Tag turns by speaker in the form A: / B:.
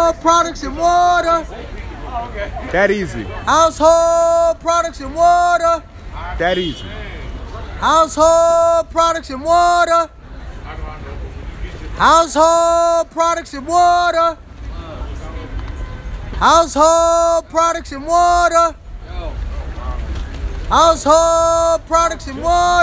A: Household products and water.
B: That easy.
A: Household products and water.
B: That easy.
A: Household products and water. Household products and water. Household products and water. Household products and water.